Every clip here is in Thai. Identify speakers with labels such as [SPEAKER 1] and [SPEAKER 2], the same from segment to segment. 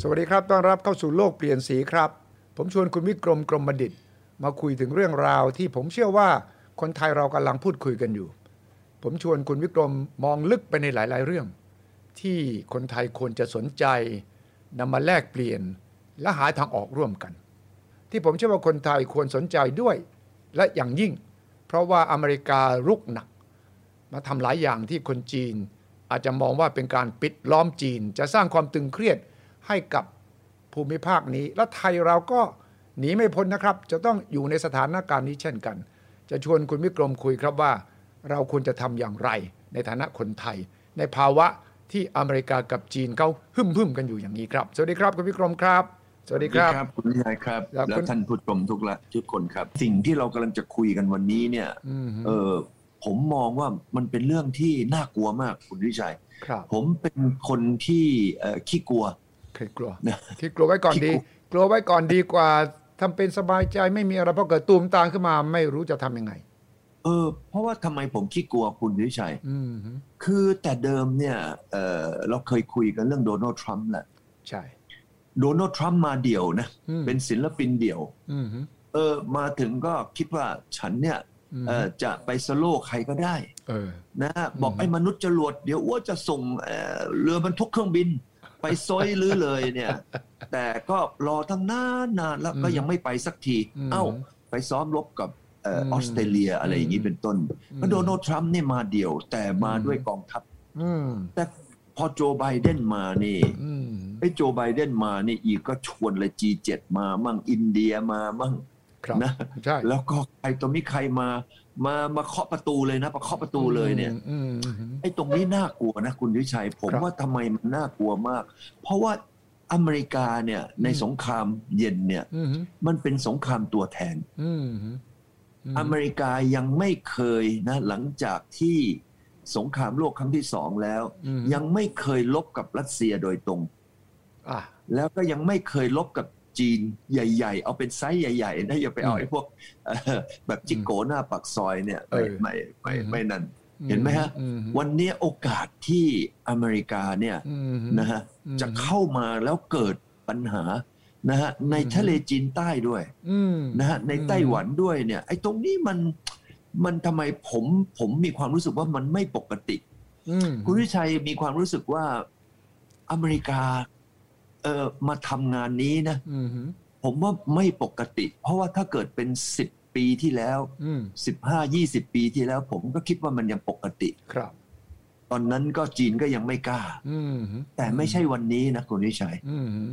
[SPEAKER 1] สวัสดีครับ ต้อนรับเข้าสู่โลกเปลี่ยนสีครับ ผมชวนคุณวิกรมกรมบัณฑิต มาคุยถึงเรื่องราวที่ผมเชื่อว่าคนไทยเรากำลังพูดคุยกันอยู่ ผมชวนคุณวิกรมมองลึกไปในหลาย ๆ เรื่อง ที่คนไทยควรจะสนใจนำมาแลกเปลี่ยน และหาทางออกร่วมกัน ที่ผมเชื่อว่าคนไทยควรสนใจด้วย และอย่างยิ่ง เพราะว่าอเมริการุกหนัก มาทำหลายอย่างที่คนจีน อาจจะมองว่าเป็นการปิดล้อมจีน จะสร้างความตึงเครียดให้กับภูมิภาคนี้ และไทยเราก็หนีไม่พ้นนะครับ จะต้องอยู่ในสถานการณ์นี้เช่นกัน จะชวนคุณวิกรมคุยครับว่า เราควรจะทำอย่างไรในฐานะคนไทย ในภาวะที่อเมริกากับจีนเขาหึ่มๆกันอยู่อย่างนี้ครับ สวัสดีครับคุณวิกรมครับ สวัสดีครับ
[SPEAKER 2] คุณวิชัยครับ
[SPEAKER 1] แล้วคุณ
[SPEAKER 2] และท่านผู้ชมทุกละทุกคนครับ สิ่งที่เรากำลังจะคุยกันวันนี้เนี่ย
[SPEAKER 1] อืม
[SPEAKER 2] เออผมมองว่ามันเป็นเรื่องที่น่ากลัวมากคุณวิชัย
[SPEAKER 1] ครับ
[SPEAKER 2] ผมเป็นคนที่เอ่อขี้กลัว
[SPEAKER 1] เคยกลัว
[SPEAKER 2] นะ
[SPEAKER 1] ที่กลัวไว้ก่อน
[SPEAKER 2] ที่
[SPEAKER 1] ดี
[SPEAKER 2] ก
[SPEAKER 1] ก
[SPEAKER 2] ลัว
[SPEAKER 1] ลัวไว้ก่อนดีกว่าทำเป็นสบายใจไม่มีอะไรเพราะเกิดตูมตามขึ้นมาไม่รู้จะทำยังไง
[SPEAKER 2] เออเพราะว่าทำไมผมขี้กลัวคุณวิชัย
[SPEAKER 1] อืมฮึ
[SPEAKER 2] คือแต่เดิมเนี่ยเออเราเคยคุยกันเรื่องโดนัลด์ทรัมป์แหละ
[SPEAKER 1] ใช่
[SPEAKER 2] โดนัลด์ทรัมป์มาเดี่ยวนะ
[SPEAKER 1] อืม
[SPEAKER 2] เป็นศิลปินเดี่ยว
[SPEAKER 1] อืมฮึ
[SPEAKER 2] เออมาถึงก็คิดว่าฉันเนี่ย
[SPEAKER 1] อืม
[SPEAKER 2] เออจะไปสโลกใครก็ได้
[SPEAKER 1] เออ
[SPEAKER 2] นะฮะบอก
[SPEAKER 1] อืม
[SPEAKER 2] ไอ้มนุษย์จรวดเดี๋ยวอ้วนจะส่งเอ่อเรือบรรทุกเครื่องบิน ไปซอยลือเลยเนี่ย แต่ก็รอตั้งนานนานแล้วก็ยังไม่ไปสักที
[SPEAKER 1] ม
[SPEAKER 2] เอ้า ไปซ้อมรบกับเอ่ออ
[SPEAKER 1] ม
[SPEAKER 2] อสเตรเลียอะไรอย่างนี้เป็นต้น
[SPEAKER 1] อืม
[SPEAKER 2] แล้วโดนัลด์ทรัมป์เนี่ยมาเดี่ยว แต่มา
[SPEAKER 1] อืม
[SPEAKER 2] ด้วยกองทัพ
[SPEAKER 1] อืม
[SPEAKER 2] แต่พอโจไบเดนมานี่
[SPEAKER 1] อืม
[SPEAKER 2] ไอ้โจไบเดนมานี่อีกก็ชวนเลย G7 มามั่งอินเดียมามั่ง
[SPEAKER 1] ครับ
[SPEAKER 2] นะ
[SPEAKER 1] ใช่
[SPEAKER 2] แล้วก็ใครตัวมีใครมามามาเคาะประตูเลยนะมาเคาะประตูเลยเนี่ย
[SPEAKER 1] อืมอืมอืม
[SPEAKER 2] ไอ้ตรงนี้น่ากลัวนะคุณวิชัย ผม
[SPEAKER 1] ครับ
[SPEAKER 2] ว่าทำไมมันน่ากลัวมาก เพราะว่าอเมริกาเนี่ยใน
[SPEAKER 1] อืม
[SPEAKER 2] สงครามเย็นเนี่ย
[SPEAKER 1] อืมฮึ
[SPEAKER 2] มันเป็นสงครามตัวแทน
[SPEAKER 1] อืมฮึอืม
[SPEAKER 2] อเมริกายังไม่เคยนะหลังจากที่สงครามโลกครั้งที่สองแล้ว
[SPEAKER 1] อืม
[SPEAKER 2] ยังไม่เคยลบกับรัสเซียโดยตรง
[SPEAKER 1] อ่ะ
[SPEAKER 2] แล้วก็ยังไม่เคยลบกับจีนใหญ่ ๆ เอาเป็นไซส์ใหญ่ๆนะอย่าไปเอาไอ้พวก เอ่อแบบจิกโกหน้าปากซอยเนี่ยไม่
[SPEAKER 1] เออ
[SPEAKER 2] ไม่ไม่
[SPEAKER 1] อืม
[SPEAKER 2] ไม่นั่น
[SPEAKER 1] อื
[SPEAKER 2] เห็นไหมฮะ
[SPEAKER 1] อืฮึ
[SPEAKER 2] วันนี้โอกาสที่อเมริกาเนี่ย
[SPEAKER 1] อืมฮึ
[SPEAKER 2] นะฮะ
[SPEAKER 1] อืม
[SPEAKER 2] จะเข้ามาแล้วเกิดปัญหานะฮะใน
[SPEAKER 1] อืม
[SPEAKER 2] ทะเลจีนใต้ด้วย
[SPEAKER 1] อืม
[SPEAKER 2] นะฮะใน
[SPEAKER 1] อืม
[SPEAKER 2] ไต้หวันด้วยเนี่ยไอ้ตรงนี้มันมันทำไมผมผมมีความรู้สึกว่ามันไม่ปกติ
[SPEAKER 1] อืม
[SPEAKER 2] คุณวิชัยมีความรู้สึกว่าอเมริกาเออมาทำงานนี้นะ
[SPEAKER 1] อืมฮึ
[SPEAKER 2] ผมว่าไม่ปกติ เพราะว่าถ้าเกิดเป็น 10 ปีที่แล้ว
[SPEAKER 1] อืม
[SPEAKER 2] 15 20 ปีที่แล้ว ผมก็คิดว่ามันยังปกติ
[SPEAKER 1] ครับ
[SPEAKER 2] ตอนนั้นก็จีนก็ยังไม่กล้า
[SPEAKER 1] อืมฮึ
[SPEAKER 2] แต่ไม่ใช่วันนี้นะคุณวิชัย
[SPEAKER 1] อืมฮึ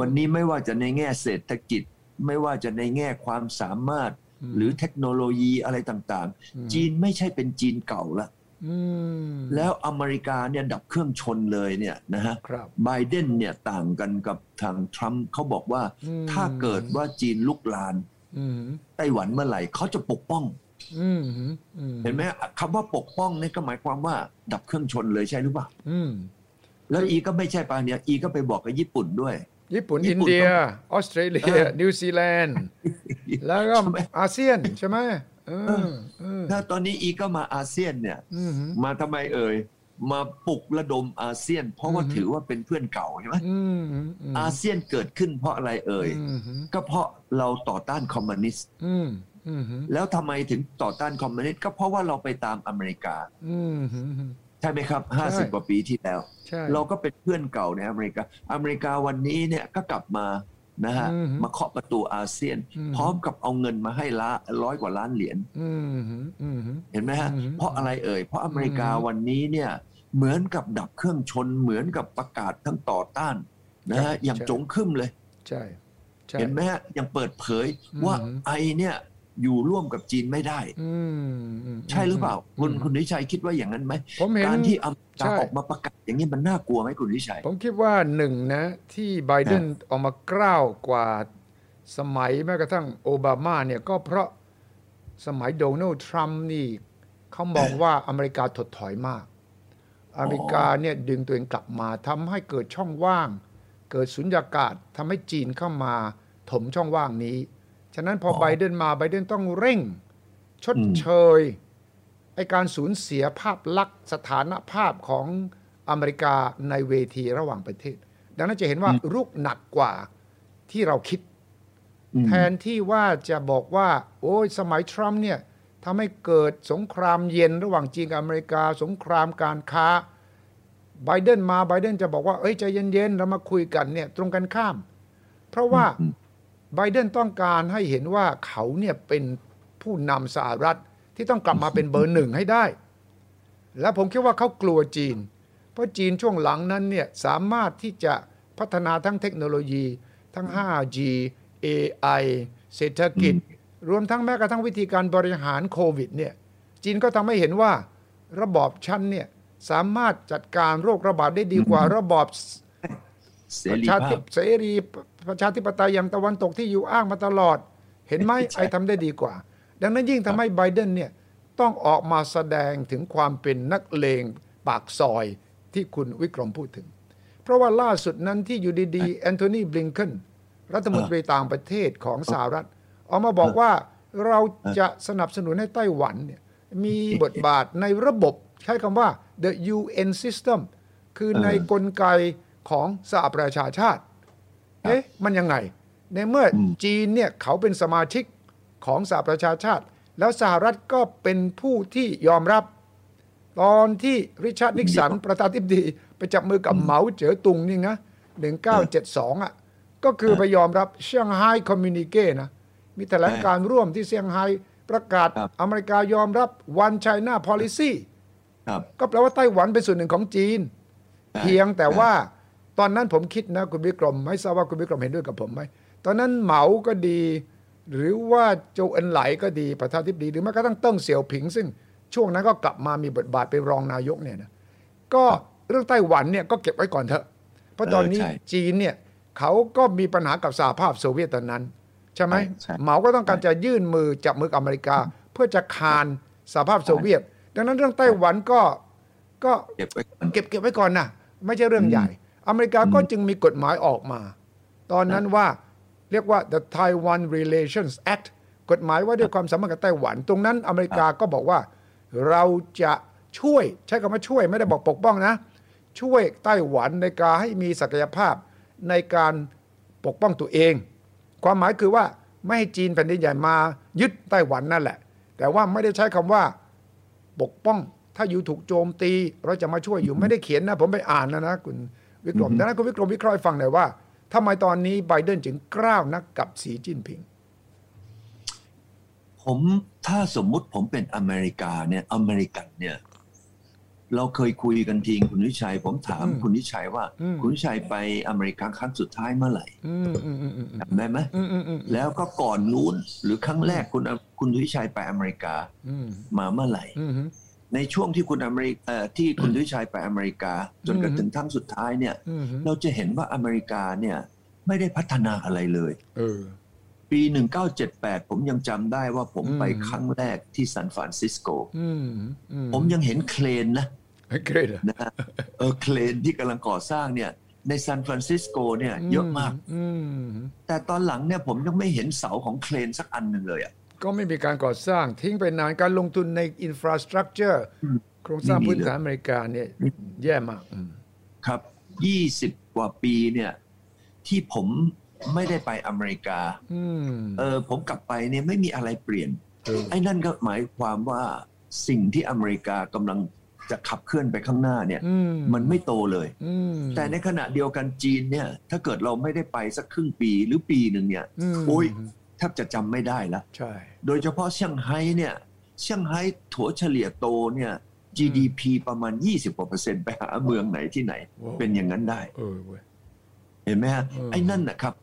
[SPEAKER 2] วันนี้ไม่ว่าจะในแง่เศรษฐกิจ ไม่ว่าจะในแง่ความสามารถ
[SPEAKER 1] ม
[SPEAKER 2] หรือเทคโนโลยีอะไรต่าง
[SPEAKER 1] ม
[SPEAKER 2] ๆ จีนไม่ใช่เป็นจีนเก่าละ
[SPEAKER 1] อืม
[SPEAKER 2] แล้วอเมริกาเนี่ยดับเครื่องชนเลยเนี่ยนะฮะ
[SPEAKER 1] ครับ
[SPEAKER 2] ไบเดนเนี่ยต่างกันกับทางทรัมป์เขาบอกว่า
[SPEAKER 1] อืม
[SPEAKER 2] ถ้าเกิดว่าจีนลุกลาน
[SPEAKER 1] อืม
[SPEAKER 2] ไต้หวันเมื่อไหร่เขาจะปกป้อง
[SPEAKER 1] อืมอื
[SPEAKER 2] เห็นไหมคำว่าปกป้องเนี่ยก็หมายความว่าดับเครื่องชนเลยใช่หรือเปล่า
[SPEAKER 1] อืม
[SPEAKER 2] แล้วอีก็ไม่ใช่ปาเนี่ยอีก็ไปบอกกับญี่ปุ่นด้วย
[SPEAKER 1] ญี่ปุ่น
[SPEAKER 2] ญี่
[SPEAKER 1] อิน
[SPEAKER 2] ปุ่น
[SPEAKER 1] เดีย
[SPEAKER 2] ต้อง
[SPEAKER 1] ออสเตรเลีย
[SPEAKER 2] เออ
[SPEAKER 1] นิวซีแลนด์ แล้วก็
[SPEAKER 2] ใช่ไหม
[SPEAKER 1] อาเซียนใช่ไหมเออ
[SPEAKER 2] เออ
[SPEAKER 1] เออ
[SPEAKER 2] ถ้าตอนนี้อีก็มาอาเซียนเนี่ย
[SPEAKER 1] อืม
[SPEAKER 2] มาทำไมเอ่ย มาปลุกระดมอาเซียน เพราะว่า
[SPEAKER 1] อือฮึ
[SPEAKER 2] ถือว่าเป็นเพื่อนเก่าใช่ไหม
[SPEAKER 1] อืมม
[SPEAKER 2] อาเซียนเกิดขึ้นเพราะอะไรเอ่ย
[SPEAKER 1] อืม
[SPEAKER 2] ก็เพราะเราต่อต้านคอมมิวนิสต์
[SPEAKER 1] อืมอืม
[SPEAKER 2] แล้วทำไมถึงต่อต้านคอมมิวนิสต์ก็เพราะว่าเราไปตามอเมริกา
[SPEAKER 1] อืม
[SPEAKER 2] ใช่ไหมครับ 50 กว่าปีที่แล้ว
[SPEAKER 1] ใช่
[SPEAKER 2] เราก็เป็นเพื่อนเก่าในอเมริกา อเมริกาวันนี้เนี่ยก็กลับมานะฮะ
[SPEAKER 1] อือฮึ
[SPEAKER 2] มาเคาะประตูอาเซียน
[SPEAKER 1] อือฮึ
[SPEAKER 2] พร้อมกับเอาเงินมาให้ละร้อยกว่าล้านเหรียญ
[SPEAKER 1] อืมอืม
[SPEAKER 2] เห็นไหมฮะ
[SPEAKER 1] อืม
[SPEAKER 2] เพราะอะไรเอ่ย เพราะอเมริกา
[SPEAKER 1] อืม
[SPEAKER 2] วันนี้เนี่ยเหมือนกับดับเครื่องชน เหมือนกับประกาศทั้งต่อต้านนะ
[SPEAKER 1] ครับ
[SPEAKER 2] ฮะอย่าง
[SPEAKER 1] ใช่
[SPEAKER 2] จงครึ่มเลย
[SPEAKER 1] ใช่ใช่
[SPEAKER 2] เห็นไหมฮะ ยังเปิดเผย
[SPEAKER 1] อืม
[SPEAKER 2] ว่าไอเนี่ยอยู่ร่วมกับจีนไม่ได้
[SPEAKER 1] อืมอืม
[SPEAKER 2] ใช่หรือเปล่า คุณ
[SPEAKER 1] อืม
[SPEAKER 2] คุณนิชัยคิดว่าอย่างนั้นไหม
[SPEAKER 1] ผมเห็น
[SPEAKER 2] การที่อเมริ
[SPEAKER 1] ใช่
[SPEAKER 2] กาออกมาประกาศอย่างนี้มันน่ากลัวไหมคุณนิชัย
[SPEAKER 1] ผมคิดว่าหนึ่งนะ ที่ไบเดนออกมากล้าวกว่าสมัยแม้กระทั่งโอบามาเนี่ยก็เพราะสมัยโดนัลด์ทรัมป์นี่เขามองว่าอเมริกาถดถอยมาก อเมริกาเนี่ยดึงตัวเองกลับมาทำให้เกิดช่องว่าง เกิดสุญญากาศทำให้จีนเข้ามาถมช่องว่างนี้ ฉะนั้นพอ
[SPEAKER 2] อ
[SPEAKER 1] ไบเดนมาไบเดนต้องเร่ง ชด
[SPEAKER 2] อืม
[SPEAKER 1] เชยไอการสูญเสียภาพลักษณ์สถานภาพของอเมริกาในเวทีระหว่างประเทศ ดังนั้นจะเห็นว่ารุกหนักกว่าที่เราคิด
[SPEAKER 2] อืม
[SPEAKER 1] แทนที่ว่าจะบอกว่า โอ้ยสมัยทรัมป์เนี่ยทำให้เกิดสงครามเย็นระหว่างจีนกับอเมริกา สงครามการค้าไบเดนมาไบเดนจะบอกว่า เอ้ยใจเย็นๆเรามาคุยกันเนี่ยตรงกันข้าม เพราะว่า
[SPEAKER 2] อืม
[SPEAKER 1] ไบเดนต้องการให้เห็นว่าเขาเนี่ยเป็นผู้นำสหรัฐที่ต้องกลับมาเป็นเบอร์หนึ่งให้ได้ และผมคิดว่าเขากลัวจีน เพราะจีนช่วงหลังนั้นเนี่ยสามารถที่จะพัฒนาทั้งเทคโนโลยี ทั้ง 5G AI เศรษฐกิจ รวมทั้งแม้กระทั่งวิธีการบริหารโควิดเนี่ยจีนก็ทำให้เห็นว่าระบอบชั้นเนี่ยสามารถจัดการโรคระบาดได้ดีกว่าระบอบ
[SPEAKER 2] เส
[SPEAKER 1] ประ
[SPEAKER 2] รี
[SPEAKER 1] ชา
[SPEAKER 2] ภา
[SPEAKER 1] ธิ
[SPEAKER 2] พ
[SPEAKER 1] ปเสรีประชาธิปไตยอย่างตะวันตกที่อยู่อ้างมาตลอด เห็นไหม
[SPEAKER 2] ใช่
[SPEAKER 1] ไอ้ทำได้ดีกว่า ดังนั้นยิ่งทำให้ไบเดนเนี่ยต้องออกมาแสดงถึงความเป็นนักเลงปากซอยที่คุณวิกรมพูดถึง เพราะว่าล่าสุดนั้นที่อยู่ดีๆแอนโทนีบลิงเคนรัฐมนตรีต่างประเทศของสหรัฐ ออกมาบอกว่าเราจะสนับสนุนให้ไต้หวันเนี่ยมีบทบาทในระบบใช้คำว่า the UN system คือในกลไกของสหประชาชาติ เอ๊ะมันยังไง ในเมื่ออ
[SPEAKER 2] ม
[SPEAKER 1] จีนเนี่ยเขาเป็นสมาชิกของสหประชาชาติ แล้วสหรัฐก็เป็นผู้ที่ยอมรับ ตอนที่ริชาร์ดนิกสัน ประธานาธิบดีไปจับมือกับเหมาเจ๋อตุงนี่นะ1972 อ่ะ ก็คือไปยอมรับเซี่ยงไฮ้คอมมิวนิเกนะ มีแถลงการร่วมที่เซี่ยงไฮ้ประกาศ
[SPEAKER 2] ครับ
[SPEAKER 1] อเมริกายอมรับวันไชน่าพ olicy
[SPEAKER 2] ครับ
[SPEAKER 1] ก็แปลว่าไต้หวันเป็นส่วนหนึ่งของจีน
[SPEAKER 2] ใช่
[SPEAKER 1] เพียงแต่ว่าตอนนั้นผมคิดนะคุณวิกรม ไม่ทราบว่าคุณวิกรมเห็นด้วยกับผมไหม ตอนนั้นเหมาก็ดี หรือว่าโจเอินไหลก็ดีประธานาธิบดี หรือแม้กระทั่งเติ้งเสี่ยวผิง ซึ่งช่วงนั้นก็กลับมามีบทบาทเป็นรองนายกเนี่ยนะก็เรื่องไต้หวันเนี่ยก็เก็บไว้ก่อนเถอะ เพราะตอนนี้
[SPEAKER 2] เออใช่
[SPEAKER 1] จีนเนี่ยเขาก็มีปัญหากับสหภาพโซเวียตตอนนั้น ใช่ไหม
[SPEAKER 2] ใช่ใช่
[SPEAKER 1] เหมาก็ต้องการจะยื่นมือจับมือกับอเมริกา เพื่อจะคานสหภาพโซเวียต ดังนั้นเรื่องไต้หวันก็ก็
[SPEAKER 2] เก็บไว้ก่อน
[SPEAKER 1] เก็บเก็บไว้ก่อนนะไม่ใช่เรื่องใหญ่ อเมริกาก็จึงมีกฎหมายออกมา ตอนนั้นว่าเรียกว่า the Taiwan Relations Act กฎหมายว่าด้วยความสัมพันธ์กับไต้หวัน ตรงนั้นอเมริกาก็บอกว่า เราจะช่วยใช้คำว่าช่วยไม่ได้บอกปกป้องนะ ช่วยไต้หวันในการให้มีศักยภาพในการปกป้องตัวเอง ความหมายคือว่าไม่ให้จีนแผ่นดินใหญ่มายึดไต้หวันนั่นแหละ แต่ว่าไม่ได้ใช้คำว่า ปกป้อง ถ้าอยู่ถูกโจมตี เราจะมาช่วยอยู่ไม่ได้เขียนนะ ผมไปอ่านนะนะ คุณวิกรมดังนั้นคุณวิกรมวิเคราะห์ให้ฟังหน่อยว่าทำไมตอนนี้ไบเดนจึงกล้าวนักกับสีจิ้นผิง
[SPEAKER 2] ผมถ้าสมมุติผมเป็นอเมริกาเนี่ยอเมริกันเนี่ย เราเคยคุยกันทีคุณวิชัย ผมถาม
[SPEAKER 1] อืม
[SPEAKER 2] คุณวิชัยว่า
[SPEAKER 1] อืม
[SPEAKER 2] คุณวิชัยไปอเมริกาครั้งสุดท้ายเมื่อไหร่
[SPEAKER 1] อืมอืมอืมอืม
[SPEAKER 2] จำได้ไหม
[SPEAKER 1] อืมอืมอืม
[SPEAKER 2] แล้วก็ก่อนนู้นหรือครั้งแรกคุณคุณวิชัยไปอเมริกา
[SPEAKER 1] อืม
[SPEAKER 2] มาเมื่อไหร่
[SPEAKER 1] อืม
[SPEAKER 2] ในช่วงที่คุณอเมริกเอ่อที่คุณวิชัยไปอเมริกา จนกระ
[SPEAKER 1] อืม
[SPEAKER 2] ถึงครั้งสุดท้ายเนี่ย
[SPEAKER 1] อืม
[SPEAKER 2] เราจะเห็นว่าอเมริกาเนี่ย ไม่ได้พัฒนาอะไรเลย
[SPEAKER 1] เออ
[SPEAKER 2] ปี 1978 ผมยังจำได้ว่าผม
[SPEAKER 1] อืม
[SPEAKER 2] ไปครั้งแรกที่ซานฟรานซิสโก
[SPEAKER 1] อืมอืม
[SPEAKER 2] ผมยังเห็นเครนนะ
[SPEAKER 1] เกรดอะ
[SPEAKER 2] นะฮะเออเครนที่กำลังก่อสร้างเนี่ย ในซานฟรานซิสโกเนี่ยเยอะมาก
[SPEAKER 1] อืม
[SPEAKER 2] แต่ตอนหลังเนี่ยผมยังไม่เห็นเสาของเครนสักอันหนึ่งเลยอ่ะ
[SPEAKER 1] ก็ไม่มีการก่อสร้างทิ้งไปนานการลงทุนในอินฟราสตรักเจอร์
[SPEAKER 2] อืม
[SPEAKER 1] โครงสร้าง
[SPEAKER 2] ไม่มี
[SPEAKER 1] พื้น
[SPEAKER 2] เลย
[SPEAKER 1] ฐานอเมริกาเนี่ยแย่มากอืม
[SPEAKER 2] ครับ 20 กว่าปีเนี่ย ที่ผมไม่ได้ไปอเมริกา
[SPEAKER 1] อืม
[SPEAKER 2] เออผมกลับไปเนี่ยไม่มีอะไรเปลี่ยน
[SPEAKER 1] เออ
[SPEAKER 2] ไอ้นั่นก็หมายความว่าสิ่งที่อเมริกากำลังจะขับเคลื่อนไปข้างหน้าเนี่ย
[SPEAKER 1] อืม
[SPEAKER 2] มันไม่โตเลย
[SPEAKER 1] อืม
[SPEAKER 2] แต่ในขณะเดียวกันจีนเนี่ย ถ้าเกิดเราไม่ได้ไปสักครึ่งปีหรือปีหนึ่งเนี่ย
[SPEAKER 1] อืม
[SPEAKER 2] โอ้ยแทบจะจำไม่ได้ละ
[SPEAKER 1] ใช่
[SPEAKER 2] โดยเฉพาะเซี่ยงไฮ้เนี่ยเซี่ยงไฮ้ถัวเฉลี่ยโตเนี่ย GDP ประมาณ 20กว่าเปอร์เซ็นต์ไปหาเมืองไหนที่ไหน เป็นอย่างนั้นได้
[SPEAKER 1] เออเว้ย
[SPEAKER 2] เห็นไหมฮะ
[SPEAKER 1] อืม
[SPEAKER 2] ไอ้นั่นนะครับ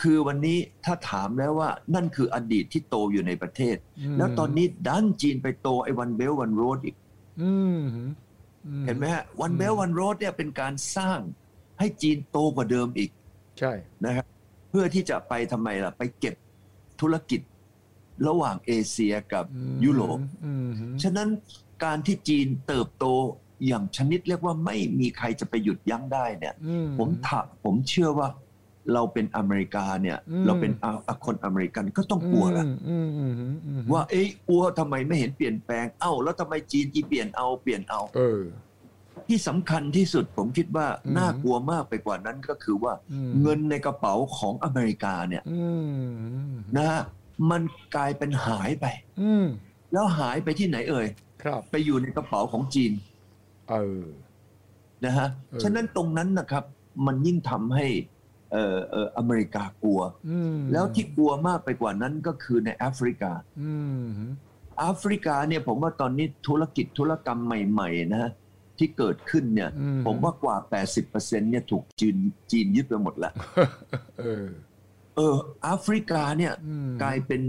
[SPEAKER 2] คือวันนี้ถ้าถามแล้วว่านั่นคืออดีตที่โตอยู่ในประเทศ
[SPEAKER 1] ม
[SPEAKER 2] แล้วตอนนี้ดันจีนไปโตไอ้วันเบลวันโรดอีก
[SPEAKER 1] อืมอื
[SPEAKER 2] เห็นไหมฮะวันเบลวันโรดเนี่ยเป็นการสร้างให้จีนโตกว่าเดิมอีก
[SPEAKER 1] ใช่
[SPEAKER 2] นะครับเพื่อที่จะไปทำไมล่ะ ไปเก็บธุรกิจระหว่างเอเชียกับ
[SPEAKER 1] อืม
[SPEAKER 2] ยุโรป
[SPEAKER 1] อืม
[SPEAKER 2] ฉะนั้นการที่จีนเติบโตอย่างชนิดเรียกว่าไม่มีใครจะไปหยุดยั้งได้เนี่ย
[SPEAKER 1] อื
[SPEAKER 2] ผมถามผมเชื่อว่าเราเป็นอเมริกาเนี่ย เราเป็นอาอาคนอเมริกันก็ต้องกลัวละ
[SPEAKER 1] อืมอืมอืมอืม
[SPEAKER 2] ว่าเอ้ยอัวทำไมไม่เห็นเปลี่ยนแปลงเอ้าแล้วทำไมจีนอีเปลี่ยนเอาเปลี่ยนเอา
[SPEAKER 1] เออ
[SPEAKER 2] ที่สำคัญที่สุดผมคิดว่า
[SPEAKER 1] อืม
[SPEAKER 2] น่ากลัวมากไปกว่านั้นก็คือว่า
[SPEAKER 1] อืม
[SPEAKER 2] เงินในกระเป๋าของอเมริกาเนี่ย
[SPEAKER 1] อืม
[SPEAKER 2] นะฮะมันกลายเป็นหายไป
[SPEAKER 1] อืม
[SPEAKER 2] แล้วหายไปที่ไหนเอ่ย
[SPEAKER 1] ครับ
[SPEAKER 2] ไปอยู่ในกระเป๋าของจีน
[SPEAKER 1] เออ
[SPEAKER 2] นะฮะ
[SPEAKER 1] เออ
[SPEAKER 2] ฉะนั้นตรงนั้นนะครับ มันยิ่งทำให้เอ่อเอ่ออเมริกากลัว
[SPEAKER 1] อืม
[SPEAKER 2] แล้วที่กลัวมากไปกว่านั้นก็คือในแอฟริกา
[SPEAKER 1] อืม
[SPEAKER 2] แอฟริกาเนี่ยผมว่าตอนนี้ธุรกิจธุรกรรมใหม่ๆนะฮะที่เกิดขึ้นเนี่ย
[SPEAKER 1] อื
[SPEAKER 2] ผมว่ากว่า 80%เนี่ยถูกจีนจีนยึดไปหมดแล้ว
[SPEAKER 1] เออ
[SPEAKER 2] เออแอฟริกาเนี่ย
[SPEAKER 1] อืม
[SPEAKER 2] กลายเป็น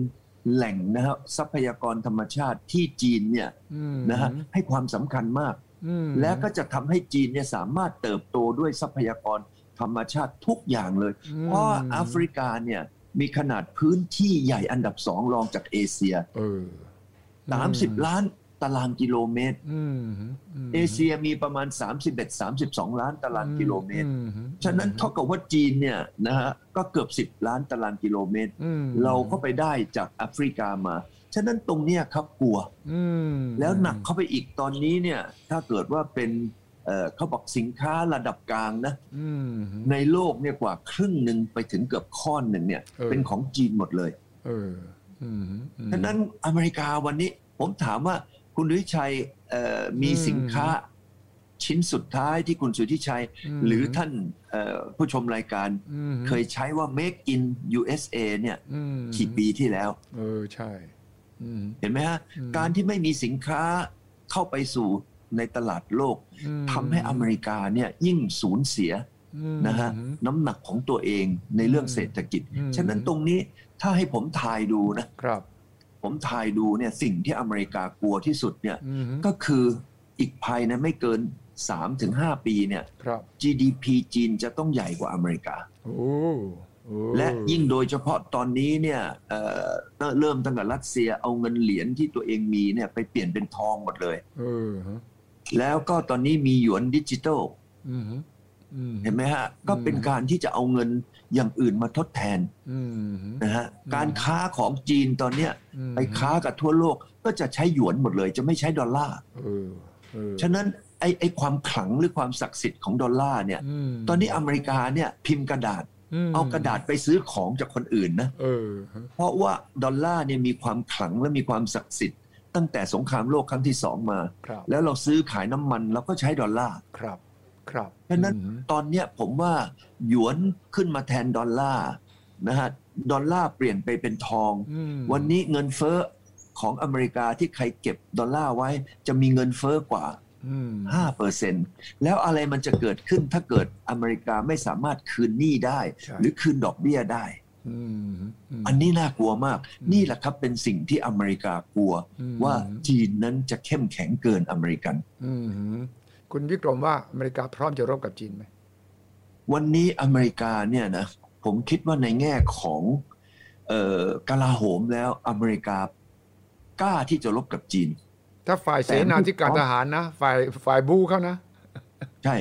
[SPEAKER 2] แหล่งนะฮะทรัพยากรธรรมชาติที่จีนเนี่ย
[SPEAKER 1] อืม
[SPEAKER 2] นะฮะให้ความสำคัญมาก
[SPEAKER 1] อืม
[SPEAKER 2] และก็จะทำให้จีนเนี่ยสามารถเติบโตด้วยทรัพยากรธรรมชาติทุกอย่างเลย
[SPEAKER 1] ม
[SPEAKER 2] เพราะว่าแอฟริกาเนี่ยมีขนาดพื้นที่ใหญ่อันดับสองรองจากเอเชีย
[SPEAKER 1] เออ
[SPEAKER 2] 30 ล้านตารางกิโลเมตร
[SPEAKER 1] อืมม
[SPEAKER 2] เอเชียมีประมาณ 31-32 ล้านตารางกิโลเมตร
[SPEAKER 1] อื
[SPEAKER 2] ฉะนั้นเท่ากับว่าจีนเนี่ยนะฮะก็เกือบ 10 ล้านตารางกิโลเมตร
[SPEAKER 1] อืม
[SPEAKER 2] เราก็ไปได้จากแอฟริกามา ฉะนั้นตรงเนี้ยครับกลัว
[SPEAKER 1] อืม
[SPEAKER 2] แล้วหนักเข้าไปอีกตอนนี้เนี่ยถ้าเกิดว่าเป็นเอ่อเขาบอกสินค้าระดับกลางนะ
[SPEAKER 1] อืม
[SPEAKER 2] ในโลกเนี่ยกว่าครึ่งหนึ่งไปถึงเกือบข้อนหนึ่งเนี่ย
[SPEAKER 1] เออ
[SPEAKER 2] เป็นของจีนหมดเลย
[SPEAKER 1] เอออืมอืม
[SPEAKER 2] ฉะนั้นอเมริกาวันนี้ผมถามว่าคุณสุทธิชัยเอ่อมี
[SPEAKER 1] อืม
[SPEAKER 2] สินค้าชิ้นสุดท้ายที่คุณสุทธิชัย
[SPEAKER 1] ม
[SPEAKER 2] หรือท่านเอ่อผู้ชมรายการ
[SPEAKER 1] อืม
[SPEAKER 2] เคยใช้ว่า make in USA เนี่ย
[SPEAKER 1] อืม
[SPEAKER 2] กี่ปีที่แล้ว
[SPEAKER 1] เออใช่อืม
[SPEAKER 2] เห็นไหมฮะ
[SPEAKER 1] อืม
[SPEAKER 2] การที่ไม่มีสินค้าเข้าไปสู่ในตลาดโลก
[SPEAKER 1] อืม
[SPEAKER 2] ทำให้อเมริกาเนี่ยยิ่งสูญเสีย
[SPEAKER 1] อืม
[SPEAKER 2] นะฮะน้ำหนักของตัวเองในเรื่อง
[SPEAKER 1] อืม
[SPEAKER 2] เศรษฐกิจ
[SPEAKER 1] อืม
[SPEAKER 2] ฉะนั้นตรงนี้ถ้าให้ผมทายดูนะครับ ผมทายดูเนี่ยสิ่งที่อเมริกากลัวที่สุดเนี่ย
[SPEAKER 1] อืม
[SPEAKER 2] ก็คืออีกภายในไม่เกิน 3-5 ปีเนี่ย
[SPEAKER 1] ครับ
[SPEAKER 2] GDP จีนจะต้องใหญ่กว่าอเมริกา
[SPEAKER 1] โอ้โอ้
[SPEAKER 2] และยิ่งโดยเฉพาะตอนนี้เนี่ยเอ่อเริ่มตั้งแต่รัสเซียเอาเงินเหรียญที่ตัวเองมีเนี่ยไปเปลี่ยนเป็นทองหมดเลย
[SPEAKER 1] เออฮะ
[SPEAKER 2] แล้วก็ตอนนี้มีหยวนดิจิทัล
[SPEAKER 1] อืมอืม
[SPEAKER 2] เห็นไหมฮะก็เป็น
[SPEAKER 1] อืม
[SPEAKER 2] การที่จะเอาเงินอย่างอื่นมาทดแทน
[SPEAKER 1] อืม
[SPEAKER 2] นะฮะ
[SPEAKER 1] อืม
[SPEAKER 2] การค้าของจีนตอนเนี้ย
[SPEAKER 1] อืม
[SPEAKER 2] ไปค้ากับทั่วโลกก็จะใช้หยวนหมดเลย จะไม่ใช้ดอลลาร์
[SPEAKER 1] เออเออ
[SPEAKER 2] ฉะนั้นไอ้ไอ้ความขลังหรือความศักดิ์สิทธิ์ของดอลลาร์เนี่ย
[SPEAKER 1] ม
[SPEAKER 2] ตอนนี้อเมริกาเนี่ยพิมพ์กระดาษ
[SPEAKER 1] ม
[SPEAKER 2] เอากระดาษไปซื้อของจากคนอื่นนะ
[SPEAKER 1] เออฮะ
[SPEAKER 2] เพราะว่าดอลลาร์เนี่ยมีความขลังและมีความศักดิ์สิทธิ์ตั้งแต่สงครามโลกครั้งที่สองมา
[SPEAKER 1] ครับ
[SPEAKER 2] แล้วเราซื้อขายน้ำมันเราก็ใช้ดอลลาร์
[SPEAKER 1] ครับ ครับ
[SPEAKER 2] ฉะนั้น
[SPEAKER 1] อืม
[SPEAKER 2] ตอนเนี้ยผมว่าหยวนขึ้นมาแทนดอลลาร์นะฮะดอลลาร์เปลี่ยนไปเป็นทอง
[SPEAKER 1] อืม
[SPEAKER 2] วันนี้เงินเฟ้อของอเมริกาที่ใครเก็บดอลลาร์ไว้ จะมีเงินเฟ้อกว่า
[SPEAKER 1] อืม
[SPEAKER 2] 5%แล้วอะไรมันจะเกิดขึ้นถ้าเกิดอเมริกาไม่สามารถคืนหนี้ได้
[SPEAKER 1] ใช่
[SPEAKER 2] หรือคืนดอกเบี้ยได้
[SPEAKER 1] มม
[SPEAKER 2] อันนี้น่ากลัวมาก
[SPEAKER 1] อืม
[SPEAKER 2] นี่แหละครับเป็นสิ่งที่อเมริกากลัว
[SPEAKER 1] อืม
[SPEAKER 2] ว่าจีนนั้นจะเข้มแข็งเกินอเมริกัน
[SPEAKER 1] อืมคุณวิกรมว่าอเมริกาพร้อมจะรบกับจีนไหม
[SPEAKER 2] วันนี้อเมริกาเนี่ยนะผมคิดว่าในแง่ของเอ่อกลาโหมแล้วอเมริกากล้าที่จะรบกับจีน
[SPEAKER 1] ถ้าฝ่ายเสนาธิการทหารนะฝ่ายฝ่ายบูเขานะ
[SPEAKER 2] ใช่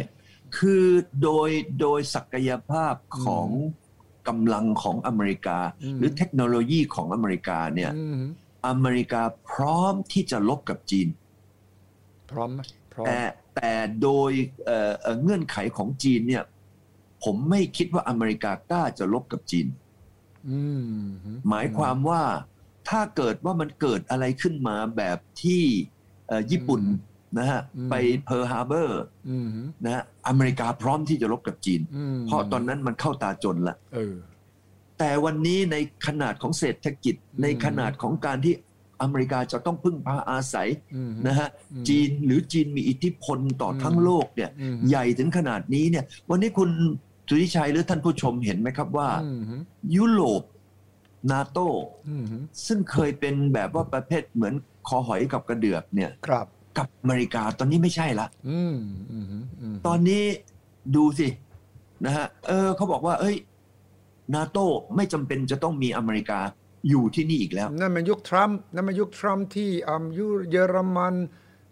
[SPEAKER 2] คือโดยโดยศักยภาพของกำลังของอเมริกา
[SPEAKER 1] อืม
[SPEAKER 2] หรือเทคโนโลยีของอเมริกาเนี่ย
[SPEAKER 1] อืม
[SPEAKER 2] อเมริกาพร้อมที่จะลบกับจีน
[SPEAKER 1] พร้อมไหมพร้อม
[SPEAKER 2] แต่แต่โดยเอ่อเอ่อเงื่อนไขของจีนเนี่ย ผมไม่คิดว่าอเมริกากล้าจะลบกับจีน
[SPEAKER 1] อืม
[SPEAKER 2] หมายความว่าถ้าเกิดว่ามันเกิดอะไรขึ้นมาแบบที่เอ่อญี่ปุ่นนะฮะไปเพิร์ลฮาร์เบอร์
[SPEAKER 1] อืม
[SPEAKER 2] นะฮะอเมริกาพร้อมที่จะลบกับจีน
[SPEAKER 1] อืม
[SPEAKER 2] เพราะตอนนั้นมันเข้าตาจนละ
[SPEAKER 1] เออ
[SPEAKER 2] แต่วันนี้ในขนาดของเศรษฐกิจ
[SPEAKER 1] อืม
[SPEAKER 2] ในขนาดของการที่อเมริกาจะต้องพึ่งพาอาศัย
[SPEAKER 1] อืม
[SPEAKER 2] นะฮะ
[SPEAKER 1] อืม
[SPEAKER 2] จีนหรือจีนมีอิทธิพลต่ออ
[SPEAKER 1] ม
[SPEAKER 2] ทั้งโลกเนี่ย
[SPEAKER 1] อืม
[SPEAKER 2] ใหญ่ถึงขนาดนี้เนี่ยวันนี้คุณสุริชัยหรือท่านผู้ชมเห็นไหมครับว่า
[SPEAKER 1] อืม
[SPEAKER 2] ยุโรปนาโต
[SPEAKER 1] อืม
[SPEAKER 2] ซึ่งเคยเป็นแบบว่าประเภทเหมือนคอหอยกับกระเดือกเนี่ย
[SPEAKER 1] ครับ
[SPEAKER 2] กับอเมริกาตอนนี้ไม่ใช่ละ
[SPEAKER 1] อืมอืมอืม
[SPEAKER 2] ตอนนี้ดูสินะฮะเออเขาบอกว่า เอ้ยนาโตไม่จำเป็นจะต้องมีอเมริกาอยู่ที่นี่อีกแล้ว
[SPEAKER 1] นั่นมันยุคทรัมป์นั่นมันยุคทรัมป์ที่อ่ายุเยอรมัน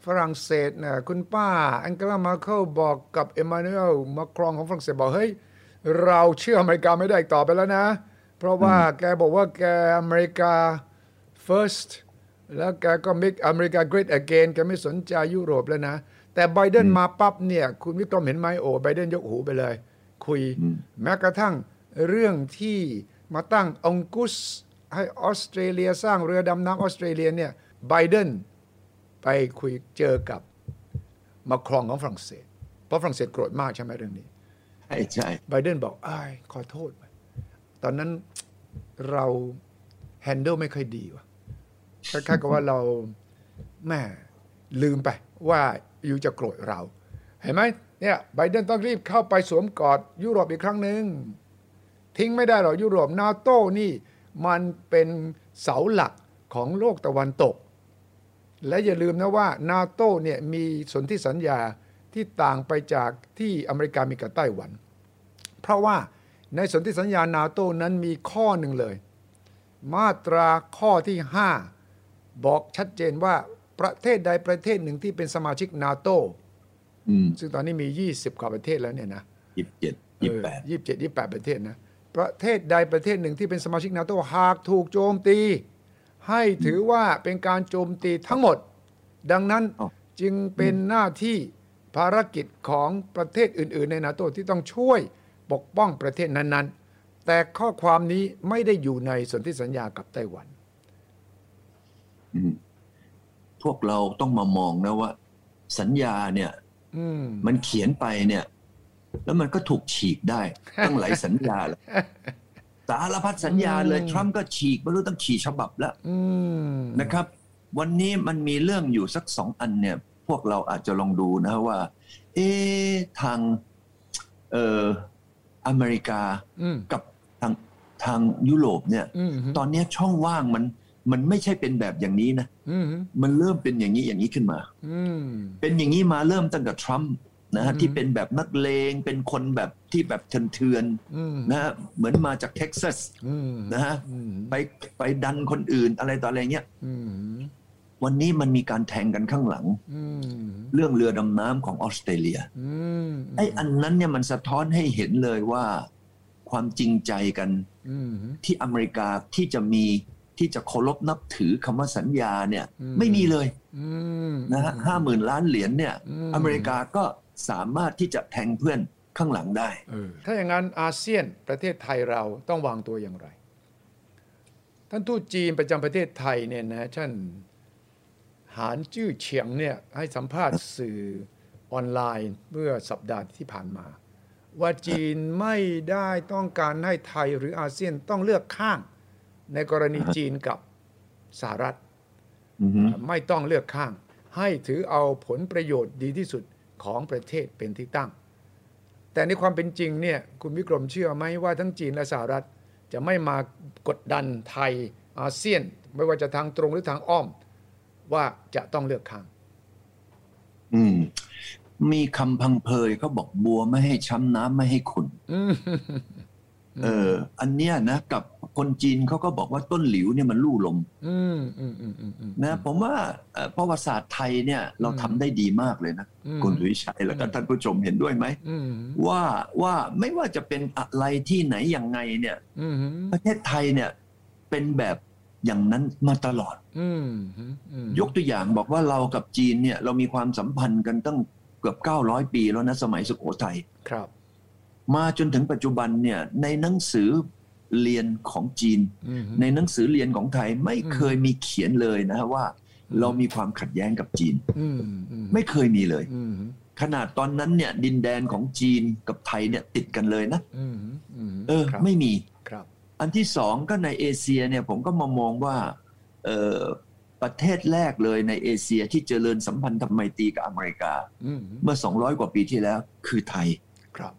[SPEAKER 1] ฝรั่งเศสนะคุณป้าแองเกลามาเคิลบอกกับเอมมานูเอลมาครองของฝรั่งเศสบอกเฮ้ย เราเชื่ออเมริกาไม่ได้อีกต่อไปแล้วนะ เพราะว่าแกบอกว่าแกอเมริกา first แล้วแกก็ make อเมริกา great again แกไม่สนใจยุโรปแล้วนะ แต่ไบเดนมาปั๊บเนี่ยคุณวิกรมเห็นไหมโอ้ไบเดนยกหูไปเลย คุย
[SPEAKER 2] อืม
[SPEAKER 1] แม้กระทั่งเรื่องที่มาตั้งองกุสให้ออสเตรเลียสร้างเรือดำน้ำออสเตรเลียเนี่ยไบเดนไปคุยเจอกับมาครองของฝรั่งเศส เพราะฝรั่งเศสโกรธมากใช่ไหมเรื่องนี้
[SPEAKER 2] ใช่ใช่
[SPEAKER 1] ไบเดนบอกอายขอโทษว่ะตอนนั้นเราแฮนเดิลไม่ค่อยดีว่ะคล้ายๆกับว่าเราแหม่ลืมไปว่าอยู่จะโกรธเรา เห็นไหมเนี่ยไบเดนต้องรีบเข้าไปสวมกอดยุโรปอีกครั้งหนึ่ง ทิ้งไม่ได้หรอกยุโรปนาโต้นี่ มันเป็นเสาหลักของโลกตะวันตก และอย่าลืมนะว่านาโต้เนี่ยมีสนธิสัญญาที่ต่างไปจากที่อเมริกามีกับไต้หวัน เพราะว่าในสนธิสัญญานาโต้นั้นมีข้อหนึ่งเลย มาตราข้อที่ 5 บอกชัดเจนว่าประเทศใดประเทศหนึ่งที่เป็นสมาชิกนาโต้
[SPEAKER 2] อืม
[SPEAKER 1] ซึ่งตอนนี้มี 20 กว่าประเทศแล้วเนี่ยนะ
[SPEAKER 2] ยี่สิบเจ็ดยี่สิบแปด
[SPEAKER 1] ยี่สิบเจ็ดยี่สิบแปดประเทศนะประเทศใดประเทศหนึ่งที่เป็นสมาชิกนาโตหากถูกโจมตี ให้ถือว่าเป็นการโจมตีทั้งหมด ดังนั้นจึงเป็นหน้าที่ภารกิจของประเทศอื่น ๆ ในนาโตที่ต้องช่วยปกป้องประเทศนั้น ๆ แต่ข้อความนี้ไม่ได้อยู่ในสนธิสัญญากับไต้หวัน
[SPEAKER 2] อืมพวกเราต้องมามองนะว่า สัญญาเนี่ย
[SPEAKER 1] อืม
[SPEAKER 2] มันเขียนไปเนี่ย แล้วมันก็ถูกฉีกได้ ตั้งหลายสัญญาเลยสารพัดสัญญาเลย
[SPEAKER 1] อืม
[SPEAKER 2] ทรัมป์ก็ฉีกไม่รู้ตั้งฉีกฉบับแล้ว
[SPEAKER 1] อืม
[SPEAKER 2] นะครับ วันนี้มันมีเรื่องอยู่สักสองอันเนี่ย พวกเราอาจจะลองดูนะว่า เอ๊ะทางเอ่ออเมริกา
[SPEAKER 1] อืม
[SPEAKER 2] กับทางทางยุโรปเนี่ย
[SPEAKER 1] อืม
[SPEAKER 2] ตอนเนี้ยช่องว่างมันมันไม่ใช่เป็นแบบอย่างนี้นะ
[SPEAKER 1] อืม
[SPEAKER 2] มันเริ่มเป็นอย่างนี้อย่างนี้ขึ้นมา
[SPEAKER 1] อืม
[SPEAKER 2] เป็นอย่างนี้มาเริ่มตั้งแต่ทรัมป์นะฮะ
[SPEAKER 1] อืม
[SPEAKER 2] ที่เป็นแบบนักเลงเป็นคนแบบที่แบบเถื่อน
[SPEAKER 1] อืม
[SPEAKER 2] ๆนะฮะเหมือนมาจากเท็กซัส
[SPEAKER 1] อืม
[SPEAKER 2] นะฮะ
[SPEAKER 1] อืม
[SPEAKER 2] ไปไปดันคนอื่นอะไรต่ออะไรเงี้ย
[SPEAKER 1] อืม
[SPEAKER 2] วันนี้มันมีการแทงกันข้างหลัง
[SPEAKER 1] อืม
[SPEAKER 2] เรื่องเรือดำน้ำของออสเตรเลีย
[SPEAKER 1] อืม
[SPEAKER 2] ไอ้อันนั้นเนี่ยมันสะท้อนให้เห็นเลยว่าความจริงใจกัน
[SPEAKER 1] อืม
[SPEAKER 2] ที่อเมริกาที่จะมีที่จะเคารพนับถือคำว่าสัญญาเนี่ย
[SPEAKER 1] อืม
[SPEAKER 2] ไม่มีเลย
[SPEAKER 1] อืม
[SPEAKER 2] นะฮะห้าหมื่นล้านเหรียญเนี่ย
[SPEAKER 1] อืม
[SPEAKER 2] อเมริกาก็สามารถที่จะแทงเพื่อนข้างหลังได้
[SPEAKER 1] เออถ้าอย่างนั้นอาเซียนประเทศไทยเราต้องวางตัวอย่างไร ท่านทูตจีนประจำประเทศไทยเนี่ยนะท่านหานจื้อเฉียงเนี่ยให้สัมภาษณ์สื่อออนไลน์เมื่อสัปดาห์ที่ผ่านมา ว่าจีนไม่ได้ต้องการให้ไทยหรืออาเซียนต้องเลือกข้าง ในกรณีจีนกับสหรัฐ
[SPEAKER 2] อือฮึ
[SPEAKER 1] ไม่ต้องเลือกข้าง ให้ถือเอาผลประโยชน์ดีที่สุดของประเทศเป็นที่ตั้ง แต่ในความเป็นจริงเนี่ยคุณวิกรมเชื่อไหมว่าทั้งจีนและสหรัฐ จะไม่มากดดันไทยอาเซียน ไม่ว่าจะทางตรงหรือทางอ้อม ว่าจะต้องเลือกข้าง
[SPEAKER 2] อืมมีคำพังเพยเขาบอกบัวไม่ให้ช้ำน้ำไม่ให้ขุน
[SPEAKER 1] อืม
[SPEAKER 2] เออ อันเนี้ยนะกับคนจีนเขาก็บอกว่าต้นหลิวเนี่ยมันลู่ลม
[SPEAKER 1] อืมอืมอืมอืมอืม
[SPEAKER 2] นะผมว่าเอ่อประวัติศาสตร์ไทยเนี่ยเรา
[SPEAKER 1] อืม
[SPEAKER 2] ทำได้ดีมากเลยนะ
[SPEAKER 1] อืม
[SPEAKER 2] คุณสุวิชัยแล้วก็ท่านผู้ชมเห็นด้วยไหม
[SPEAKER 1] อืม
[SPEAKER 2] ว่าว่าไม่ว่าจะเป็นอะไรที่ไหนอย่างไงเนี่ย
[SPEAKER 1] อืม
[SPEAKER 2] ประเทศไทยเนี่ยเป็นแบบอย่างนั้นมาตลอด
[SPEAKER 1] อืมอืม
[SPEAKER 2] ยกตัวอย่างบอกว่าเรากับจีนเนี่ยเรามีความสัมพันธ์กันตั้งเกือบ 900 ปีแล้วนะสมัยสุโขทัย
[SPEAKER 1] ครับ
[SPEAKER 2] มาจนถึงปัจจุบันเนี่ยในหนังสือเรียนของจีน
[SPEAKER 1] อืม
[SPEAKER 2] ในหนังสือเรียนของไทยไม่
[SPEAKER 1] อืม
[SPEAKER 2] เคยมีเขียนเลยนะฮะว่า เรามีความขัดแย้งกับจีน
[SPEAKER 1] อืมอืม
[SPEAKER 2] ไม่เคยมีเลย
[SPEAKER 1] อืม
[SPEAKER 2] ขนาดตอนนั้นเนี่ยดินแดนของจีนกับไทยเนี่ยติดกันเลยนะ
[SPEAKER 1] อืมอืม
[SPEAKER 2] เออ
[SPEAKER 1] ครับ
[SPEAKER 2] ไม่มี
[SPEAKER 1] ครับ
[SPEAKER 2] อันที่สองก็ในเอเชียเนี่ยผมก็มามองว่าเออประเทศแรกเลยในเอเชียที่เจริญสัมพันธไมตรีกับอเมริกา
[SPEAKER 1] อืม
[SPEAKER 2] เมื่อ 200 กว่าปีที่แล้ว คือไทย
[SPEAKER 1] ครับ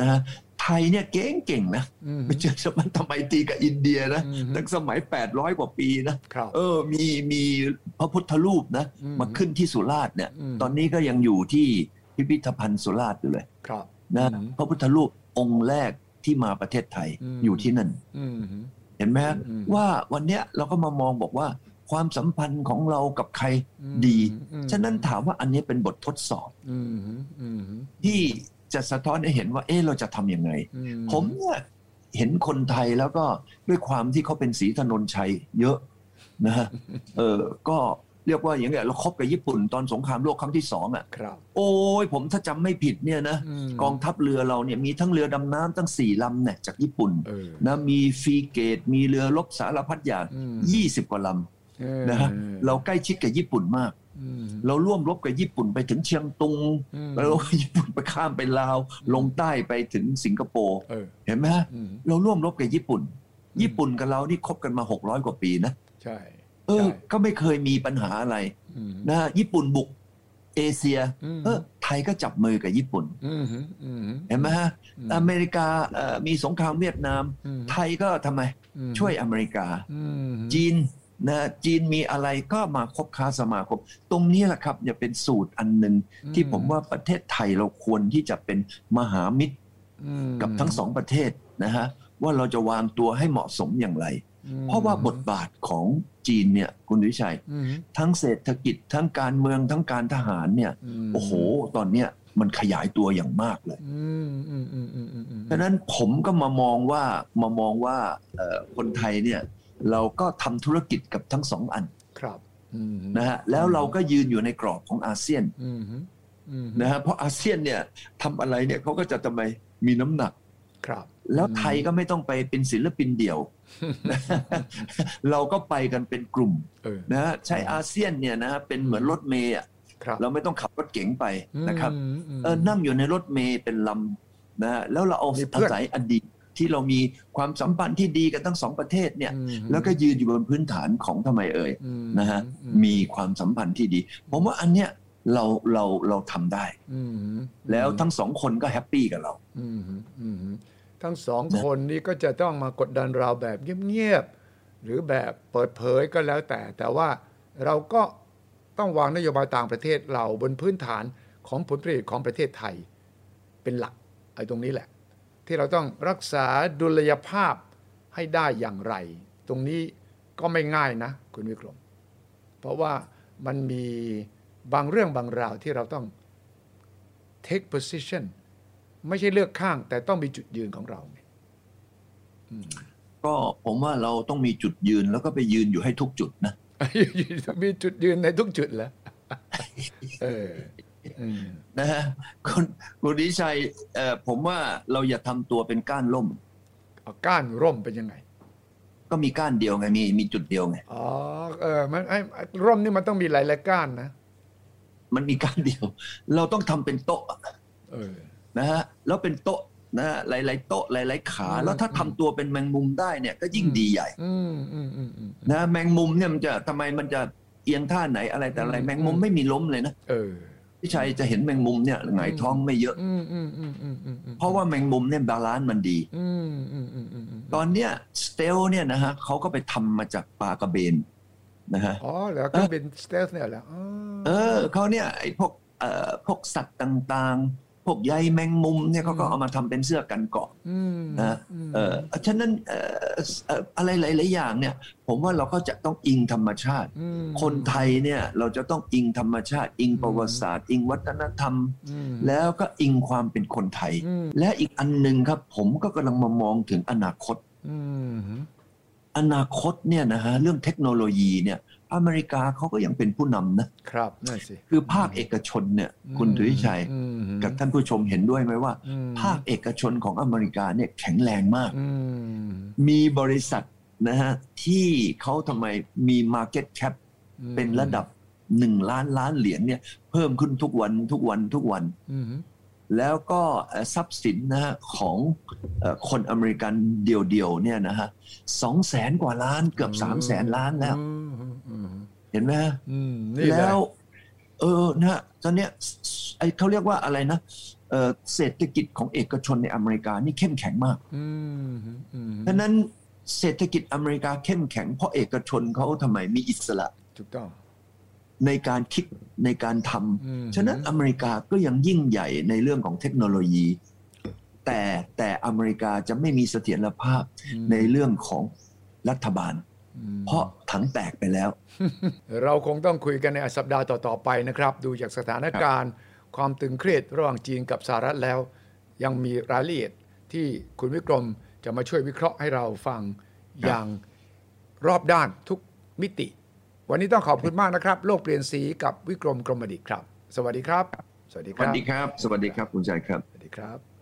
[SPEAKER 2] นะฮะไทยเนี่ยเก่งเก่งๆนะ
[SPEAKER 1] อืม
[SPEAKER 2] ไปเจอสัมพันธไมตรีกับอินเดียนะ
[SPEAKER 1] อืม
[SPEAKER 2] ตั้งสมัย 800 กว่าปีนะครับ เออมีมีพระพุทธรูปนะ
[SPEAKER 1] อืม
[SPEAKER 2] มาขึ้นที่สุราษฎร์เนี่ย
[SPEAKER 1] ม
[SPEAKER 2] ตอนนี้ก็ยังอยู่ที่พิพิธภัณฑ์สุราษฎร์อยู่เลย
[SPEAKER 1] ครับ
[SPEAKER 2] นะ
[SPEAKER 1] อืม
[SPEAKER 2] พระพุทธรูปองค์แรกที่มาประเทศไทย
[SPEAKER 1] อืม
[SPEAKER 2] อยู่ที่นั่น
[SPEAKER 1] อืม
[SPEAKER 2] เห็นไหมฮะ
[SPEAKER 1] อืม
[SPEAKER 2] ว่าวันเนี้ยเราก็มามองบอกว่าความสัมพันธ์ของเรากับใครดี
[SPEAKER 1] อืม
[SPEAKER 2] ฉะนั้นถามว่าอันนี้เป็นบททดสอบ
[SPEAKER 1] อืมอืม
[SPEAKER 2] ที่จะสะท้อนให้เห็นว่า เออเราจะทำยังไง
[SPEAKER 1] อื
[SPEAKER 2] ผมเนี่ยเห็นคนไทยแล้วก็ด้วยความที่เขาเป็นสีถนนชัยเยอะนะฮะเออก็ เรียกว่าอย่างเงี้ยเราคบกับญี่ปุ่นตอนสงครามโลกครั้งที่สองอ่ะ
[SPEAKER 1] ครับ
[SPEAKER 2] โอ้ยผมถ้าจำไม่ผิดเนี่ยนะ
[SPEAKER 1] อืม
[SPEAKER 2] กองทัพเรือเราเนี่ยมีทั้งเรือดำน้ำตั้งสี่ลำเนี่ยจากญี่ปุ่น
[SPEAKER 1] เออ
[SPEAKER 2] นะมีฟรีเกต มีเรือรบสารพัดอย่าง
[SPEAKER 1] อืม
[SPEAKER 2] ยี่สิบกว่าลำนะฮะ
[SPEAKER 1] ออ
[SPEAKER 2] เราใกล้ชิดกับญี่ปุ่นมาก
[SPEAKER 1] อืม
[SPEAKER 2] เราร่วมรบกับญี่ปุ่นไปถึงเชียงตุง
[SPEAKER 1] อืม
[SPEAKER 2] แล้วญี่ปุ่นไปข้ามไปลาว ลงใต้ไปถึงสิงคโปร์
[SPEAKER 1] เออ
[SPEAKER 2] เห็นไหมฮะ
[SPEAKER 1] อืม
[SPEAKER 2] เราร่วมรบกับญี่ปุ่น
[SPEAKER 1] ม
[SPEAKER 2] ญี่ปุ่นกับเรานี่คบกันมา 600 กว่าปีนะ
[SPEAKER 1] ใช่
[SPEAKER 2] เออ
[SPEAKER 1] ใช่
[SPEAKER 2] ก็ไม่เคยมีปัญหาอะไร
[SPEAKER 1] อืม
[SPEAKER 2] นะฮะญี่ปุ่นบุกเอเชีย
[SPEAKER 1] ม
[SPEAKER 2] เออไทยก็จับมือกับญี่ปุ่น
[SPEAKER 1] อืมอืม
[SPEAKER 2] เห็นไหมฮะ
[SPEAKER 1] ม
[SPEAKER 2] อเมริกาเอ่อมีสงครามเวียดนาม
[SPEAKER 1] อืม
[SPEAKER 2] ไทยก็ทำไม
[SPEAKER 1] อืม
[SPEAKER 2] ช่วยอเมริกา
[SPEAKER 1] อืม
[SPEAKER 2] จีนนะจีนมีอะไรก็มาคบค้าสมาคม ตรงนี้แหละครับเนี่ยเป็นสูตรอันหนึ่งที่ผมว่าประเทศไทยเราควรที่จะเป็นมหามิตร
[SPEAKER 1] อืม
[SPEAKER 2] กับทั้งสองประเทศนะฮะว่าเราจะวางตัวให้เหมาะสมอย่างไร
[SPEAKER 1] อืม
[SPEAKER 2] เพราะว่าบทบาทของจีนเนี่ยคุณวิชัย
[SPEAKER 1] อืม
[SPEAKER 2] ทั้งเศรษฐกิจทั้งการเมืองทั้งการทหารเนี่ย
[SPEAKER 1] ม
[SPEAKER 2] โอ้โหตอนเนี้ยมันขยายตัวอย่างมากเลย
[SPEAKER 1] อืมอืมอืมอืมอืมอืม
[SPEAKER 2] ดังนั้นผมก็มามองว่ามามองว่าเอ่อคนไทยเนี่ยเราก็ทำธุรกิจกับทั้งสองอัน
[SPEAKER 1] ครับอืม
[SPEAKER 2] นะฮะแล้วเราก็ยืนอยู่ในกรอบของอาเซียน
[SPEAKER 1] อืมอืม
[SPEAKER 2] นะฮะเพราะอาเซียนเนี่ยทำอะไรเนี่ยเขาก็จะทำไมมีน้ำหนัก
[SPEAKER 1] ครับ
[SPEAKER 2] แล้วไทยก็ไม่ต้องไปเป็นศิลปินเดี่ยว เราก็ไปกันเป็นกลุ่ม
[SPEAKER 1] เออ
[SPEAKER 2] นะฮะใช้อาเซียนเนี่ยนะฮะเป็นเหมือนรถเมย์อะ
[SPEAKER 1] ครับ
[SPEAKER 2] เราไม่ต้องขับรถเก๋งไปนะครับ
[SPEAKER 1] อืมม
[SPEAKER 2] เออนั่งอยู่ในรถเมย์เป็นลำนะฮะแล้วเราเอา
[SPEAKER 1] มีเพื่อ
[SPEAKER 2] อา
[SPEAKER 1] น
[SPEAKER 2] ศัยอดีตที่เรามีความสัมพันธ์ที่ดีกันทั้งสองประเทศเนี่ย
[SPEAKER 1] อืม
[SPEAKER 2] แล้วก็ยืนอยู่บนพื้นฐานของทำไมเอ่ย
[SPEAKER 1] อืม
[SPEAKER 2] นะฮะ
[SPEAKER 1] อื
[SPEAKER 2] มีความสัมพันธ์ที่ดี ผมว่าอันเนี้ยเราเราเราทำได้
[SPEAKER 1] อืม
[SPEAKER 2] แล้วทั้งสองคนก็แฮปปี้กับเรา
[SPEAKER 1] อืมอืมทั้งสองคนนี้ก็จะต้องมากดดันเราแบบเงียบๆหรือแบบเปิดเผยก็แล้วแต่ แต่ว่าเราก็ต้องวางนโยบายต่างประเทศเราบนพื้นฐานของผลประโยชน์ของประเทศไทย เป็นหลักไอ้ตรงนี้แหละ ที่เราต้องรักษาดุลยภาพให้ได้อย่างไร ตรงนี้ก็ไม่ง่ายนะ คุณวิกรม เพราะว่ามันมีบางเรื่องบางราวที่เราต้อง take position ไม่ใช่เลือกข้าง แต่ต้องมีจุดยืนของเราไงอืม
[SPEAKER 2] ก็ผมว่าเราต้องมีจุดยืนแล้วก็ไปยืนอยู่ให้ทุกจุดนะ
[SPEAKER 1] มีจุดยืนในทุกจุดแล้ว เอออืม
[SPEAKER 2] นะฮ ะคุณคุณดิชัยเอ่อผมว่าเราอย่าทำตัวเป็นก้านล่ม
[SPEAKER 1] เอาก้านร่มเป็นยังไง
[SPEAKER 2] ก็มีก้านเดียวไงมีมีจุดเดียวไง
[SPEAKER 1] อ๋อ เออ มันไอ้ไอ้ร่มนี่มันต้องมีหลายๆก้านนะ
[SPEAKER 2] มันมีก้านเดียว เราต้องทำเป็นโต๊ะ
[SPEAKER 1] เออ
[SPEAKER 2] นะฮะแล้วเป็นโต๊ะนะฮะหลาย ๆ โต๊ะหลาย ๆ ขา
[SPEAKER 1] อืม
[SPEAKER 2] แล้วถ้าทำตัวเป็นแมงมุมได้เนี่ยก็ยิ่ง
[SPEAKER 1] อืม
[SPEAKER 2] ดีใหญ่
[SPEAKER 1] อืมอืมอืมอืม
[SPEAKER 2] นะแมงมุมเนี่ยมันจะทำไมมันจะเอียงท่าไหนอะไรแต่อะไร
[SPEAKER 1] อืม
[SPEAKER 2] แมงมุมไม่มีล้มเลยนะ
[SPEAKER 1] เออ
[SPEAKER 2] พี่ชัยจะเห็นแมงมุมเนี่ยหงายท้องไม่เยอะ
[SPEAKER 1] อืมอืมอืมอืมอืมอืม
[SPEAKER 2] เพราะว่าแมงมุมเนี่ยบาลานซ์มันดี
[SPEAKER 1] อืมอืมอืมอืมอืม
[SPEAKER 2] ตอนเนี้ยสเตลเนี่ยนะฮะเขาก็ไปทำมาจากปลากระเบนนะฮะ
[SPEAKER 1] อ๋อเหรอก็เป็นสเตลส์เนี่ยเหรออ๋อ
[SPEAKER 2] เออเขาเนี่ยไอ้พวกเอ่อพวกสัตว์ต่างๆ พวกใยแมงมุมเนี่ยเขาก็เอามาทำเป็นเสื้อกันเกาะ
[SPEAKER 1] อืม
[SPEAKER 2] นะ
[SPEAKER 1] ม
[SPEAKER 2] เออฉะนั้นเอ่อเอ่ออะไรหลาย ๆ อย่างเนี่ย ผมว่าเราก็จะต้องอิงธรรมชาติ
[SPEAKER 1] อืม
[SPEAKER 2] คนไทยเนี่ยเราจะต้องอิงธรรมชาติ อิงประวัติศาสตร์ อิงวัฒนธรรม
[SPEAKER 1] อืม
[SPEAKER 2] แล้วก็อิงความเป็นคนไทย
[SPEAKER 1] อืม
[SPEAKER 2] และอีกอันหนึ่งครับ ผมก็กำลังมามองถึงอนาคต
[SPEAKER 1] อืม
[SPEAKER 2] อนาคตเนี่ยนะฮะเรื่องเทคโนโลยีเนี่ยอเมริกาเขาก็ยังเป็นผู้นำนะครับ
[SPEAKER 1] นั่นสิ
[SPEAKER 2] คือภาคเอกชนเนี่ยคุณ
[SPEAKER 1] อืม
[SPEAKER 2] ธุวิชัย
[SPEAKER 1] อืม
[SPEAKER 2] กับท่านผู้ชมเห็นด้วยไหมว่า
[SPEAKER 1] อืม
[SPEAKER 2] ภาคเอกชนของอเมริกาเนี่ยแข็งแรงมาก
[SPEAKER 1] อืม
[SPEAKER 2] มีบริษัทนะฮะที่เขาทำไมมี Market Cap เป็นระดับ 1 ล้านล้านเหรียญเนี่ยเพิ่มขึ้นทุกวันทุกวันทุกวัน
[SPEAKER 1] อืม
[SPEAKER 2] แล้วก็เอ่อทรัพย์สินนะฮะของเอ่อคนอเมริกันเดียวๆเนี่ยนะฮะสองแสนกว่าล้านเกือบสามแสนล้านแล้ว
[SPEAKER 1] อืมอืม
[SPEAKER 2] เห็นไหมฮะ
[SPEAKER 1] อืมนี่หะ
[SPEAKER 2] แล้ว เออนะฮะตอนเนี้ยไอเขาเรียกว่าอะไรนะเอ่อเศรษฐกิจของเอกชนในอเมริกานี่เข้มแข็งมาก
[SPEAKER 1] อืมอืม
[SPEAKER 2] ดังนั้นเศรษฐกิจอเมริกาเข้มแข็งเพราะเอกชนเขาทำไมมีอิสระ
[SPEAKER 1] ถูกต้อง
[SPEAKER 2] ในการคิดในการท
[SPEAKER 1] อืม
[SPEAKER 2] ำฉะนั้นอเมริกาก็ยังยิ่งใหญ่ในเรื่องของเทคโนโลยี แต่แต่อเมริกาจะไม่มีเสถียรภาพ
[SPEAKER 1] อืม
[SPEAKER 2] ในเรื่องของรัฐบาล
[SPEAKER 1] อืม
[SPEAKER 2] เพราะถังแตกไปแล้ว
[SPEAKER 1] เราคงต้องคุยกันในสัปดาห์ต่อ ๆ ไปนะครับ ดูจากสถานการณ์ ความตึงเครียดระหว่างจีนกับสหรัฐแล้ว ยังมีรายละเอียดที่คุณวิกรมจะมาช่วยวิเคราะห์ให้เราฟังอย่างรอบด้านทุกมิติ วันนี้ต้องขอบคุณมากนะครับ โลกเปลี่ยนสีกับวิกรมกรมดิตครับ สวัสดีครับ สวัสดี
[SPEAKER 2] ส
[SPEAKER 1] ค
[SPEAKER 2] วั
[SPEAKER 1] รั
[SPEAKER 2] ส
[SPEAKER 1] บ
[SPEAKER 2] ดีครับ สวัสดีครับคุณชายครับ
[SPEAKER 1] สวัสดีครับ